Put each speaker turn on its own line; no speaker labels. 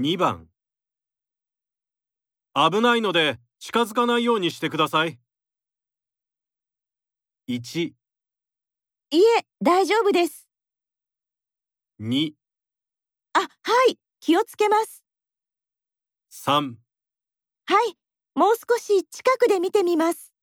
2番危ないので近づかないようにしてください。1、
いえ、大丈夫です。
2、
あ、はい、気をつけます。
3
はい、もう少し近くで見てみます。